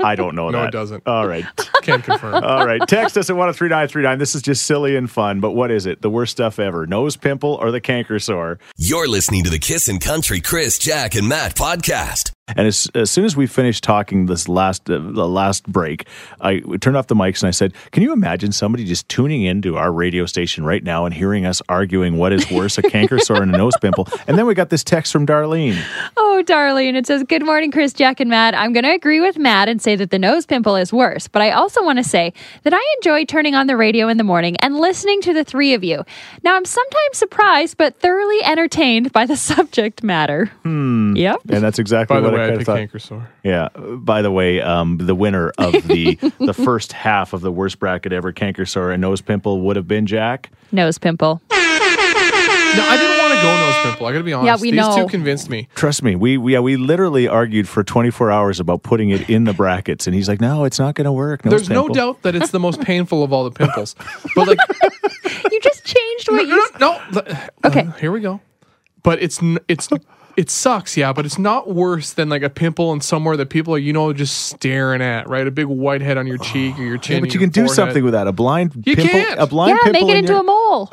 Speaker 2: I don't know
Speaker 4: No,
Speaker 2: that.
Speaker 4: it doesn't.
Speaker 2: All right.
Speaker 4: Can't confirm.
Speaker 2: All right. Text us at 103939. This is just silly and fun, but what is it? The worst stuff ever nose pimple or the canker sore?
Speaker 1: You're listening to the Kissin' Country Chris, Jack, and Matt podcast.
Speaker 2: And as, as soon as we finished talking this last uh, the last break, I turned off the mics and I said, "Can you imagine somebody just tuning into our radio station right now and hearing us arguing what is worse, a canker sore and a nose pimple?" And then we got this text from Darlene.
Speaker 3: Oh, Darlene, it says, Good morning, Chris, Jack, and Matt. I'm going to agree with Matt and say that the nose pimple is worse, but I also want to say that I enjoy turning on the radio in the morning and listening to the three of you. Now, I'm sometimes surprised, but thoroughly entertained by the subject matter. Hmm. Yep.
Speaker 2: And that's exactly
Speaker 4: By the way,
Speaker 2: what I
Speaker 4: I
Speaker 2: kind
Speaker 4: picked
Speaker 2: of thought.
Speaker 4: canker sore.
Speaker 2: Yeah. By the way, um, the winner of the the first half of the worst bracket ever, canker sore and nose pimple, would have been Jack.
Speaker 3: Nose pimple.
Speaker 4: No, I didn't want to go nose pimple. I got to be honest.
Speaker 3: we
Speaker 4: These
Speaker 3: know.
Speaker 4: two convinced me.
Speaker 2: Trust me, we, we yeah we literally argued for 24 hours about putting it in the brackets, and he's like, "No, it's not going to work." Nose
Speaker 4: There's no
Speaker 2: pimple."
Speaker 4: doubt that it's the most painful of all the pimples. But like,
Speaker 3: You just changed what you.
Speaker 4: no, no, no.
Speaker 3: Okay.
Speaker 4: here we go. But it's n- it's it sucks, yeah. But it's not worse than like a pimple in somewhere that people are you know just staring at, right? A big white head on your cheek or your chin.
Speaker 2: Yeah, but
Speaker 4: or
Speaker 2: you
Speaker 4: your
Speaker 2: can do
Speaker 4: forehead.
Speaker 2: something with that. A blind
Speaker 4: You
Speaker 2: pimple,
Speaker 4: can't.
Speaker 2: a blind
Speaker 3: Yeah, make
Speaker 2: pimple
Speaker 3: it
Speaker 2: in
Speaker 3: into
Speaker 2: your-
Speaker 3: a mole.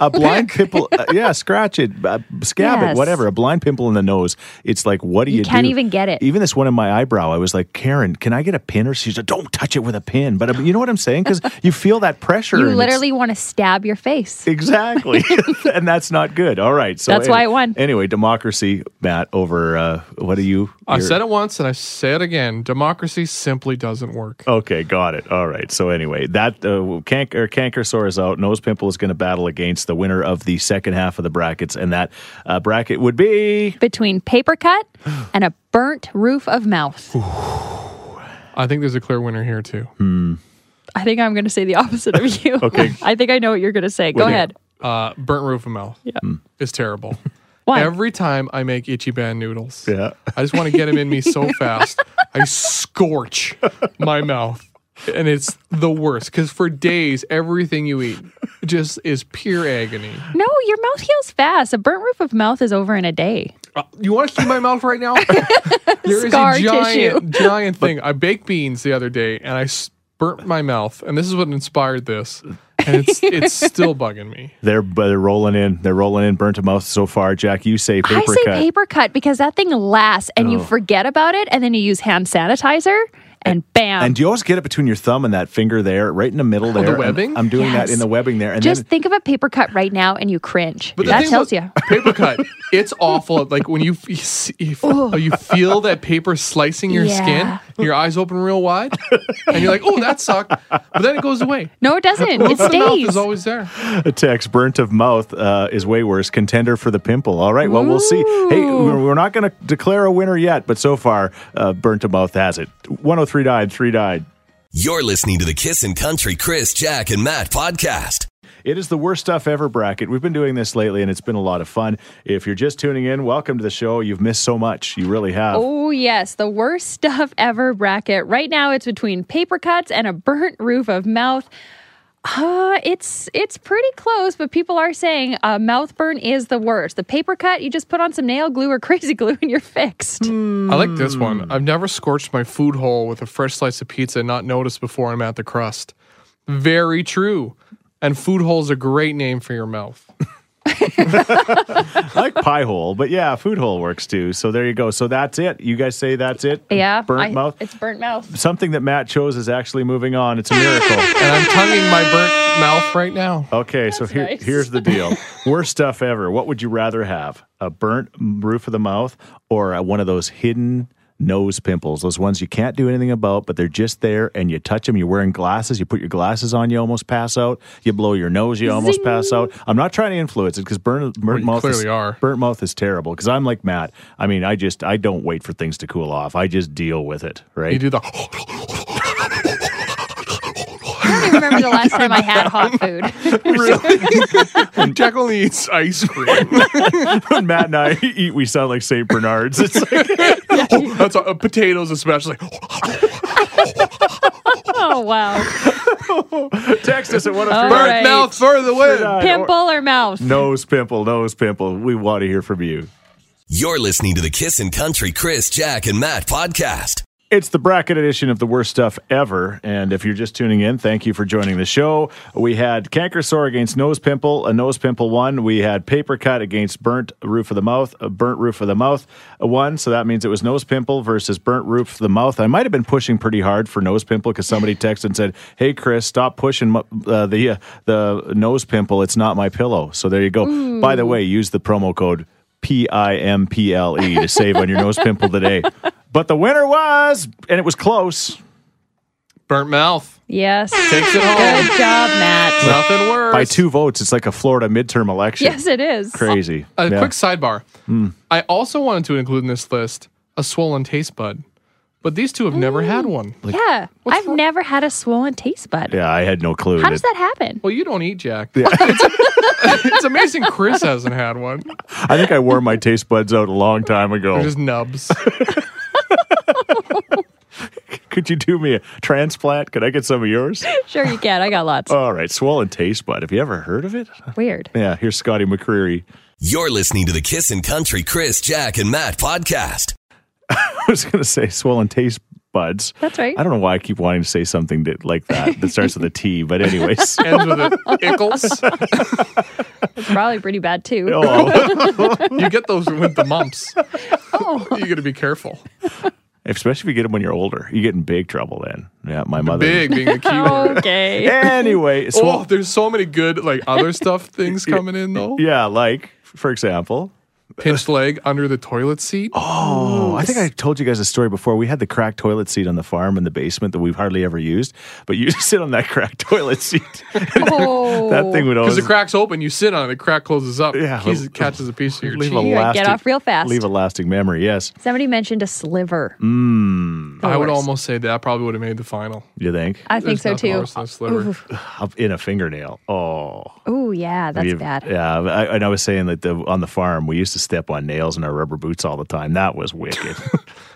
Speaker 2: a blind pimple. uh, yeah, scratch it, uh, scab
Speaker 3: Yes.
Speaker 2: it, whatever. A blind pimple in the nose. It's like, what do you?
Speaker 3: You can't
Speaker 2: do?
Speaker 3: even get it.
Speaker 2: Even this one in my eyebrow, I was like, Karen, can I get a pin? Or she's like, don't touch it with a pin. But uh, you know what I'm saying? Because you feel that pressure.
Speaker 3: you
Speaker 2: and it's-
Speaker 3: literally want to stab your face.
Speaker 2: Exactly, and that's not good. All right, so
Speaker 3: That's why it won.
Speaker 2: Anyway, democracy, Matt. Over uh, what are you?
Speaker 4: I
Speaker 2: you're-
Speaker 4: said it once and I say it again. Democracy simply doesn't work.
Speaker 2: Okay, got it. All right. So anyway, that uh, canker canker sore is out. Nose pimple is going to battle against the winner of the second half of the brackets, and that uh, bracket would be
Speaker 3: Between paper cut and a burnt roof of mouth.
Speaker 4: I think there's a clear winner here too.
Speaker 3: I think I'm going to say the opposite of you.
Speaker 2: Okay.
Speaker 3: I think I know what you're going to say. Go
Speaker 2: Well,
Speaker 3: ahead.
Speaker 4: Uh, burnt roof of mouth. Yeah, is terrible.
Speaker 3: Why?
Speaker 4: Every time I make Ichiban noodles,
Speaker 2: Yeah.
Speaker 4: I just want to get them in me so fast. I scorch my mouth. And it's the worst because for days, everything you eat just is pure agony.
Speaker 3: No, your mouth heals fast. A burnt roof of mouth is over in a day.
Speaker 4: Uh, you want to see my mouth right now? There is
Speaker 3: Scar
Speaker 4: a
Speaker 3: tissue.
Speaker 4: giant, giant thing. I baked beans the other day and I s- burnt my mouth. And this is what inspired this. And it's, it's still bugging me.
Speaker 2: they're they're rolling in. They're rolling in. Burnt a mouth so far. Jack, you say paper
Speaker 3: I say
Speaker 2: cut. Oh.
Speaker 3: paper cut because that thing lasts and you forget about it and then you use hand sanitizer and bam.
Speaker 2: And do you always get it between your thumb and that finger there, right in the middle there?
Speaker 4: Oh, the
Speaker 2: and
Speaker 4: webbing?
Speaker 2: I'm doing
Speaker 3: Yes.
Speaker 2: that in the webbing there, and
Speaker 3: Just
Speaker 2: then
Speaker 3: think of a paper cut right now and you cringe.
Speaker 4: But the
Speaker 3: that
Speaker 4: thing
Speaker 3: tells
Speaker 4: was-
Speaker 3: you.
Speaker 4: paper cut. It's awful. Like when you you, see- you feel- you feel that paper slicing your skin,
Speaker 3: Yeah.
Speaker 4: and your eyes open real wide, and you're like, "Oh, that sucked," but then it goes away.
Speaker 3: No, it doesn't. It
Speaker 4: The mouth
Speaker 3: stays.
Speaker 4: is always there.
Speaker 2: a text burnt of mouth uh, is way worse. Contender for the pimple. All right. Well, we'll see. Hey,
Speaker 3: Ooh.
Speaker 2: we're we're not going to declare a winner yet, but so far, uh, burnt of mouth has it. 103 died, three died.
Speaker 1: You're listening to the Kissin' Country Chris, Jack, and Matt podcast.
Speaker 2: It is the worst stuff ever bracket. We've been doing this lately and it's been a lot of fun. If you're just tuning in, welcome to the show. You've missed so much. You really have.
Speaker 3: Oh, yes. The worst stuff ever bracket. Right now, it's between paper cuts and a burnt roof of mouth. Uh, it's it's pretty close, but people are saying uh, mouth burn is the worst. The paper cut, you just put on some nail glue or crazy glue and you're fixed.
Speaker 4: I like this one. I've never scorched my food hole with a fresh slice of pizza and not noticed before I'm at the crust. Very true. And food hole is a great name for your mouth.
Speaker 2: I like pie hole, but yeah, food hole works too. So there you go. So that's it. You guys say that's it?
Speaker 3: Yeah,
Speaker 2: Burnt
Speaker 3: I-
Speaker 2: mouth?
Speaker 3: It's burnt mouth.
Speaker 2: Something that Matt chose is actually moving on. It's a miracle.
Speaker 4: And I'm tonguing my burnt mouth right now.
Speaker 2: Okay, so here,
Speaker 3: nice.
Speaker 2: here's the deal. Worst stuff ever. What would you rather have? A burnt roof of the mouth or uh, one of those hidden nose pimples? Those ones you can't do anything about, but they're just there and you touch them. You're wearing glasses. You put your glasses on, you almost pass out. You blow your nose, you almost
Speaker 3: Zing.
Speaker 2: pass out. I'm not trying to influence it because burnt, burnt
Speaker 4: you
Speaker 2: mouth is,
Speaker 4: clearly are.
Speaker 2: burnt mouth is terrible because I'm like Matt. I mean, I just I don't wait for things to cool off. I just deal with it, right?
Speaker 4: You do the.
Speaker 3: I don't even remember the last time I had hot food.
Speaker 4: Jack only eats ice cream.
Speaker 2: when Matt and I eat, we sound like St. Bernards. It's like
Speaker 4: Oh, that's uh, potatoes especially.
Speaker 3: oh, wow.
Speaker 2: text us at one oh
Speaker 3: All
Speaker 2: of
Speaker 4: Burnt
Speaker 3: right.
Speaker 4: mouth for the
Speaker 3: Oh,
Speaker 4: win.
Speaker 3: Pimple or mouth?
Speaker 2: Nose pimple, nose pimple. We want to hear from you.
Speaker 1: You're listening to the Kissin' Country Chris, Jack, and Matt podcast.
Speaker 2: It's the bracket edition of the worst stuff ever. And if you're just tuning in, thank you for joining the show. We had canker sore against nose pimple, a nose pimple one. We had paper cut against burnt roof of the mouth, a burnt roof of the mouth one. So that means it was nose pimple versus burnt roof of the mouth. I might have been pushing pretty hard for nose pimple because somebody texted and said, "Hey Chris, stop pushing mu- uh, the uh, the nose pimple. It's not my pillow." So there you go. By the way, use the promo code P I M P L E to save on your nose pimple today. But the winner was, and it was close
Speaker 4: Burnt mouth.
Speaker 3: Yes.
Speaker 4: Takes it
Speaker 3: Good
Speaker 4: home.
Speaker 3: job, Matt.
Speaker 4: Nothing worse.
Speaker 2: by two votes. It's like a Florida midterm election.
Speaker 3: Yes, it is.
Speaker 2: Crazy.
Speaker 4: A
Speaker 2: Yeah. Hmm.
Speaker 4: quick sidebar. I also wanted to include in this list a swollen taste bud, but these two have never had one.
Speaker 3: yeah.
Speaker 4: what's
Speaker 3: I've
Speaker 4: wrong?
Speaker 3: never had a swollen taste bud.
Speaker 2: Yeah, I had no clue.
Speaker 3: How does that happen?
Speaker 4: Well, you don't eat Jack. it's, it's amazing Chris hasn't had one.
Speaker 2: I think I wore my taste buds out a long time ago.
Speaker 4: They're just nubs.
Speaker 2: Could you do me a transplant? Could I get some of yours?
Speaker 3: Sure, you can. I got lots.
Speaker 2: All right, swollen taste bud. Have you ever heard of it?
Speaker 3: Weird.
Speaker 2: Yeah, here's Scotty McCreery.
Speaker 1: You're listening to the Kissin' Country Chris, Jack, and Matt podcast.
Speaker 2: I was going to say swollen taste buds.
Speaker 3: That's right.
Speaker 2: I don't know why I keep wanting to say something that, like that that starts with a T, but anyways.
Speaker 4: Ends with it. Ickles.
Speaker 3: It's probably pretty bad too.
Speaker 2: Oh,
Speaker 4: You get those with the mumps.
Speaker 3: Oh.
Speaker 4: You got to be careful.
Speaker 2: especially if you get them when you're older, you get in big trouble then. Yeah, my mother.
Speaker 4: Big being the key word.
Speaker 3: Okay.
Speaker 2: Anyway,
Speaker 4: Oh,
Speaker 2: swol-
Speaker 4: there's so many good like other stuff things coming in though.
Speaker 2: yeah, like for example,
Speaker 4: Pinched leg under the toilet seat.
Speaker 2: Oh, I think I told you guys a story before. We had the cracked toilet seat on the farm in the basement that we've hardly ever used, but you sit on that cracked toilet seat.
Speaker 3: Oh.
Speaker 2: that thing would
Speaker 4: Because
Speaker 2: always
Speaker 4: the crack's open, you sit on it, the crack closes up.
Speaker 2: Yeah,
Speaker 4: Keys-
Speaker 2: but-
Speaker 4: catches a piece of your
Speaker 2: leave a
Speaker 4: cheek.
Speaker 3: You gotta
Speaker 2: lasting,
Speaker 3: get off real fast.
Speaker 2: Leave a lasting memory. Yes,
Speaker 3: Somebody mentioned a sliver.
Speaker 2: Mmm.
Speaker 3: The
Speaker 4: I would
Speaker 3: worst.
Speaker 4: almost say that probably would have made the final.
Speaker 2: you think
Speaker 3: I think
Speaker 4: There's
Speaker 3: so
Speaker 4: nothing
Speaker 3: too.
Speaker 4: worse than a sliver.
Speaker 2: up in a fingernail? Oh,
Speaker 3: Oh yeah, that's
Speaker 2: We've-
Speaker 3: bad.
Speaker 2: Yeah, I, and I was saying that the, on the farm we used to step on nails in our rubber boots all the time. That was wicked.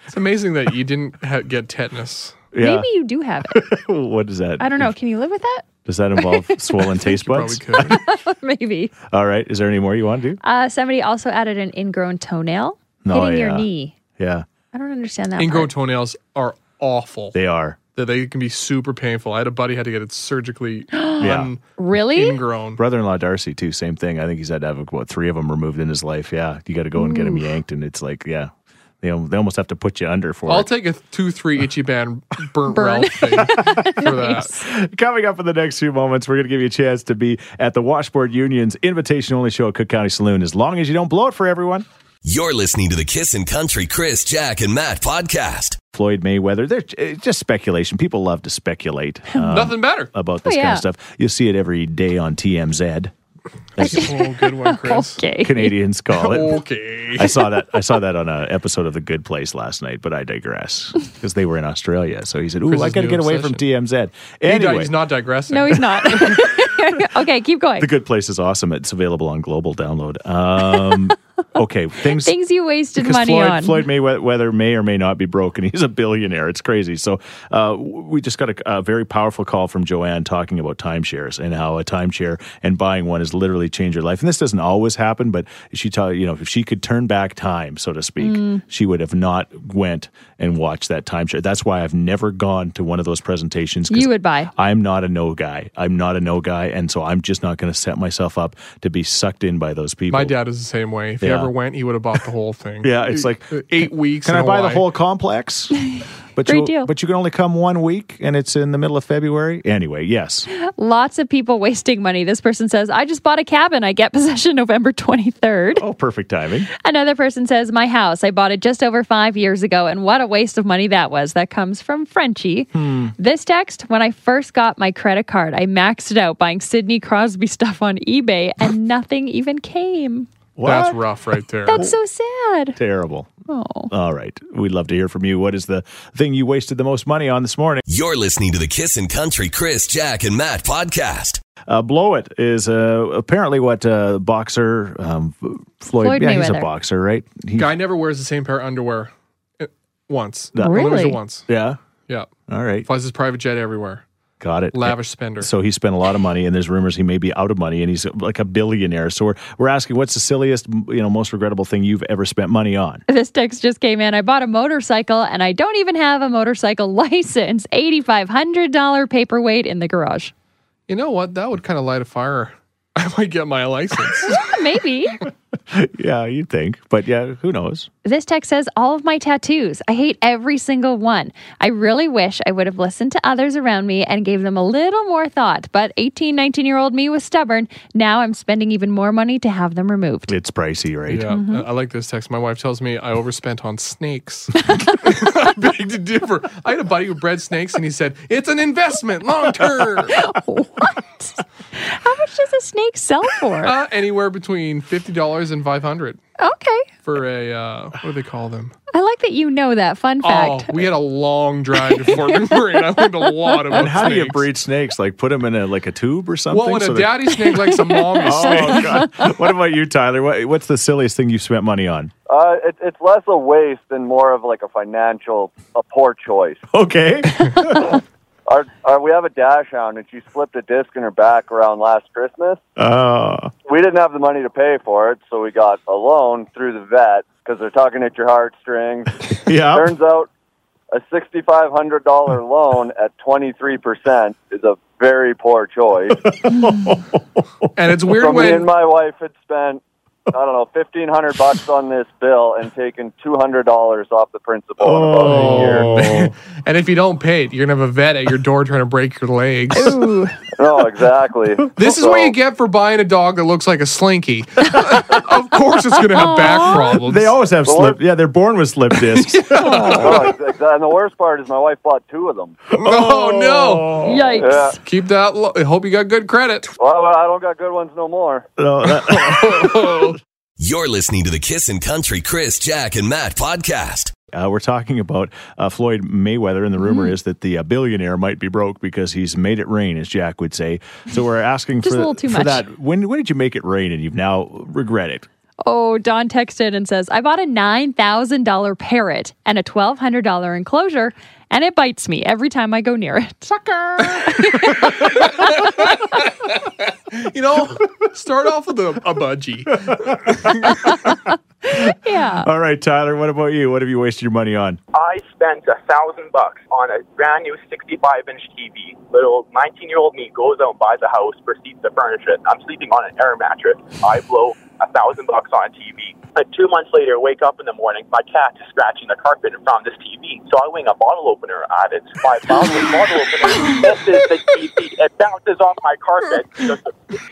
Speaker 4: It's amazing that you didn't ha- get tetanus.
Speaker 2: yeah,
Speaker 3: Maybe you do have it.
Speaker 2: what is that?
Speaker 3: I don't know. Can you live with that?
Speaker 2: Does that involve swollen taste
Speaker 4: Probably
Speaker 2: buds?
Speaker 4: could.
Speaker 3: Maybe.
Speaker 2: All right, is there any more you want to do?
Speaker 3: Uh, somebody also added an ingrown toenail
Speaker 2: No,
Speaker 3: hitting your
Speaker 2: Oh, yeah.
Speaker 3: knee.
Speaker 2: Yeah,
Speaker 3: I don't understand that.
Speaker 4: Ingrown
Speaker 3: part.
Speaker 4: toenails are awful.
Speaker 2: they are.
Speaker 4: That they can be super painful. I had a buddy had to get it surgically
Speaker 2: Yeah.
Speaker 4: un-
Speaker 3: Really?
Speaker 4: ingrown.
Speaker 2: brother-in-law Darcy too. Same thing. I think he's had to have what three of them removed in his life. Yeah, you got to go and get them yanked, and it's like yeah, they al- they almost have to put you under for
Speaker 4: I'll
Speaker 2: it.
Speaker 4: take a two three itchy band burnt
Speaker 3: Burn.
Speaker 4: Ralph thing for that.
Speaker 2: Coming up in the next few moments, we're going to give you a chance to be at the Washboard Union's invitation-only show at Cook County Saloon. As long as you don't blow it for everyone.
Speaker 1: You're listening to the Kissin' Country Chris, Jack, and Matt podcast.
Speaker 2: Floyd Mayweather. There's it's just speculation. People love to speculate um,
Speaker 4: Nothing better.
Speaker 2: about this
Speaker 3: Oh,
Speaker 2: kind
Speaker 3: yeah.
Speaker 2: of stuff. You see it every day on TMZ.
Speaker 4: oh, good one, Chris.
Speaker 3: Okay.
Speaker 2: Canadians call it.
Speaker 3: Oh,
Speaker 4: Okay.
Speaker 2: I saw that. I saw that on an episode of The Good Place last night, but I digress because they were in Australia. So he said, "Ooh,
Speaker 4: Chris's
Speaker 2: I got to
Speaker 4: new
Speaker 2: get away from TMZ." Anyway,
Speaker 4: He- he's not digressing.
Speaker 3: No, he's not. okay, keep going.
Speaker 2: The Good Place is awesome. It's available on global download. Um, okay, things.
Speaker 3: Things you wasted
Speaker 2: because
Speaker 3: money
Speaker 2: Floyd,
Speaker 3: on.
Speaker 2: Floyd Mayweather may or may not be broken. He's a billionaire. It's crazy. So uh, w- we just got a, a very powerful call from Joanne talking about timeshares and how a timeshare and buying one has literally changed her life. And this doesn't always happen, but she taught you know if she could turn back time, so to speak,
Speaker 3: Mm.
Speaker 2: she would have not went and watched that timeshare. That's why I've never gone to one of those presentations. 'cause
Speaker 3: You would buy.
Speaker 2: I'm not a no guy. I'm not a no guy, and so I'm just not going to set myself up to be sucked in by those people.
Speaker 4: My dad is the same way. If he
Speaker 2: Yeah.
Speaker 4: ever went, he would have bought the whole thing. Uh,
Speaker 2: Yeah, it's like
Speaker 4: eight weeks.
Speaker 2: Can
Speaker 4: in
Speaker 2: I buy the
Speaker 4: Hawaii.
Speaker 2: whole complex? But
Speaker 3: Great
Speaker 2: you,
Speaker 3: deal.
Speaker 2: But you can only come one week, and it's in the middle of February. Anyway, yes,
Speaker 3: Lots of people wasting money. This person says, I just bought a cabin. I get possession November 23rd.
Speaker 2: oh, perfect timing.
Speaker 3: Another person says, My house. I bought it just over five years ago, and what a waste of money that was. That comes from Frenchie.
Speaker 2: Hmm.
Speaker 3: This text, when I first got my credit card, I maxed it out buying Sidney Crosby stuff on eBay, and nothing even came.
Speaker 4: That's
Speaker 2: What?
Speaker 4: rough right there.
Speaker 3: That's so sad.
Speaker 2: Terrible.
Speaker 3: Oh.
Speaker 2: All right, we'd love to hear from you. What is the thing you wasted the most money on this morning?
Speaker 1: You're listening to the Kissin' Country Chris, Jack, and Matt podcast.
Speaker 2: Uh, blow it is uh, apparently what uh, boxer um, Floyd.
Speaker 3: Floyd
Speaker 2: yeah, he's a
Speaker 3: Mayweather.
Speaker 2: boxer, right? He,
Speaker 4: Guy never wears the same pair of underwear uh, once.
Speaker 2: No.
Speaker 4: Only wears it
Speaker 3: Really?
Speaker 4: once.
Speaker 2: yeah.
Speaker 4: Yeah.
Speaker 2: All right.
Speaker 4: Flies his private jet everywhere.
Speaker 2: Got it.
Speaker 4: Lavish spender.
Speaker 2: So he spent a lot of money, and there's rumors he may be out of money, and he's like a billionaire. So we're, we're asking, what's the silliest, m- you know, most regrettable thing you've ever spent money on?
Speaker 3: This text just came in. I bought a motorcycle and I don't even have a motorcycle license. $8,500 paperweight in the garage.
Speaker 4: you know what? That would kind of light a fire. I might get my license.
Speaker 3: Ah, Maybe.
Speaker 2: yeah, you'd think, but yeah, who knows?
Speaker 3: This text says all of my tattoos. I hate every single one. I really wish I would have listened to others around me and gave them a little more thought, but 18, 19 year old me was stubborn. Now I'm spending even more money to have them removed.
Speaker 2: It's pricey, right?
Speaker 4: Yeah,
Speaker 3: Mm-hmm.
Speaker 4: I, I like this text. My wife tells me I overspent on snakes. I beg to differ. I had a buddy who bred snakes, and he said it's an investment, long term,
Speaker 3: what? How much does a snake sell for?
Speaker 4: uh, anywhere between fifty dollars and five hundred
Speaker 3: okay.
Speaker 4: for a uh, what do they call them?
Speaker 3: I like that you know that. Fun fact.
Speaker 4: Oh, we had a long drive to Fort McMurray, and I learned a lot about
Speaker 2: And how do you
Speaker 4: snakes.
Speaker 2: breed snakes? Like put them in a like a tube or something?
Speaker 4: Well, when
Speaker 2: so
Speaker 4: a
Speaker 2: they-
Speaker 4: daddy snake likes a mommy snake,
Speaker 2: Oh God! What about you, Tyler? What, what's the silliest thing you've spent money on?
Speaker 7: Uh, it, it's less a waste and more of like a financial, a poor choice.
Speaker 2: Okay,
Speaker 7: Our, our, we have a dash hound, and she slipped a disc in her back around last Christmas.
Speaker 2: uh,
Speaker 7: We didn't have the money to pay for it, so we got a loan through the vet because they're talking at your heartstrings.
Speaker 2: yeah.
Speaker 7: Turns out a $6,500 loan at 23% is a very poor choice.
Speaker 2: Oh.
Speaker 4: and it's weird
Speaker 7: so me
Speaker 4: when
Speaker 7: and my wife had spent, I don't know, 1500 bucks on this bill and taken $200 off the principal in about a year.
Speaker 2: Oh.
Speaker 4: and if you don't pay it, you're gonna have a vet at your door trying to break your legs.
Speaker 7: No, exactly.
Speaker 4: This is
Speaker 7: So-
Speaker 4: what you get for buying a dog that looks like a slinky. of course, it's going to have back problems.
Speaker 2: They always have
Speaker 7: Or-
Speaker 2: slip. Yeah, they're born with slip discs.
Speaker 7: No, ex- ex- and the worst part is my wife bought two of them.
Speaker 4: oh, no!
Speaker 3: Yikes.
Speaker 7: Yeah.
Speaker 4: Keep that. Lo- I hope you got good credit.
Speaker 7: Well, I don't got good ones no more.
Speaker 2: No, that-
Speaker 1: You're listening to the Kissin' Country Chris, Jack, and Matt podcast.
Speaker 2: Uh, we're talking about uh, Floyd Mayweather, and the rumor is that the uh, billionaire might be broke because he's made it rain, as Jack would say. So we're asking
Speaker 3: Just
Speaker 2: for,
Speaker 3: a little too
Speaker 2: for
Speaker 3: much.
Speaker 2: that. When, when did you make it rain and you've now regret it?
Speaker 3: Oh, Don texted and says, I bought a $9,000 parrot and a $1,200 enclosure, and it bites me every time I go near it.
Speaker 4: You know, start off with a, a budgie.
Speaker 3: Yeah.
Speaker 2: All right, Tyler, what about you? What have you wasted your money on?
Speaker 9: I spent a thousand bucks on a brand new 65 inch TV. Little 19 year old me goes out and buys a house, proceeds to furnish it. I'm sleeping on an air mattress. I blow a thousand bucks on a TV. Like two months later, wake up in the morning, my cat is scratching the carpet in front of this TV. So I wing a bottle opener at it. My bottle bottle opener misses the TV. It bounces off my carpet, just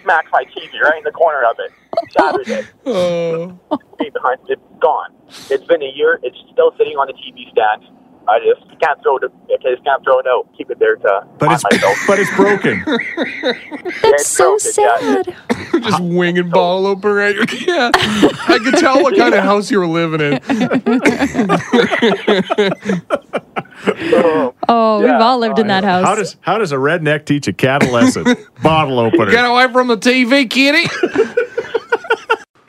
Speaker 9: smacks my TV right in the corner of it. Saturday
Speaker 4: Oh.
Speaker 9: stay behind. It's gone. It's been a year. It's still sitting on the TV stand. I just can't throw it. I just can't throw it out. Keep it there to
Speaker 2: But
Speaker 9: find
Speaker 2: it's
Speaker 9: myself.
Speaker 2: but it's broken.
Speaker 9: That's
Speaker 3: So sad.
Speaker 4: Just winging bottle opener at your Yeah. I could tell what kind of house you were living in.
Speaker 3: Oh,
Speaker 9: Yeah,
Speaker 3: we've all lived in that house.
Speaker 2: How does how does a redneck teach a cat a lesson? Bottle opener.
Speaker 4: Get away from the TV, kitty.